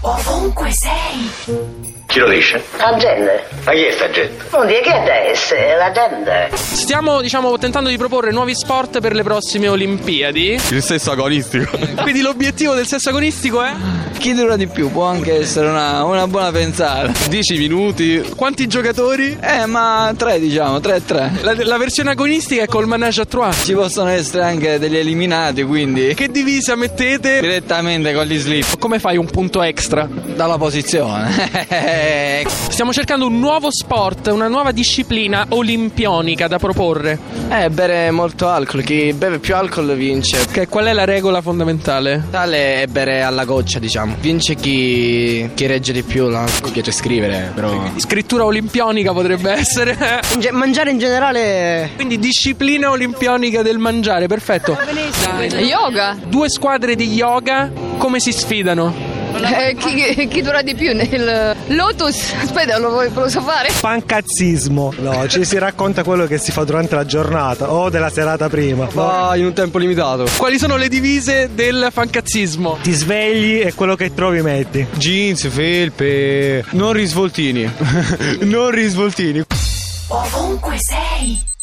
Ovunque sei. Chi lo dice? Agende. Ma chi è sta gente? Non dire che adesso è l'agenda. Stiamo, diciamo, tentando di proporre nuovi sport per le prossime Olimpiadi. Il sesso agonistico. Quindi l'obiettivo del sesso agonistico è? Chi dura di più può anche essere una, una buona pensata. 10 minuti. Quanti giocatori? Eh, ma tre diciamo, 3-3. La, la versione agonistica è col manage a trois. Ci possono essere anche degli eliminati, quindi Che divisa mettete? direttamente con gli slip. Come fai un punto extra? Dalla posizione. Stiamo cercando un nuovo sport, una nuova disciplina olimpionica da proporre. Eh, bere molto alcol, chi beve più alcol vince. Che qual è la regola fondamentale? Tale è bere alla goccia, diciamo. Vince chi, chi regge di più l'alcol. Mi piace scrivere, però. Scrittura olimpionica potrebbe essere. mangiare in generale. Quindi disciplina olimpionica del mangiare, perfetto. Yoga? Due squadre di yoga come si sfidano? Eh, chi, chi dura di più nel Lotus? Aspetta, lo, vuoi- lo so fare? Pancazzismo. No, ci si racconta quello che si fa durante la giornata o della serata prima. No. in un tempo limitato. Quali sono le divise del fancazzismo? Ti svegli e quello che trovi metti. Jeans, felpe. Non risvoltini. non risvoltini. Ovunque sei.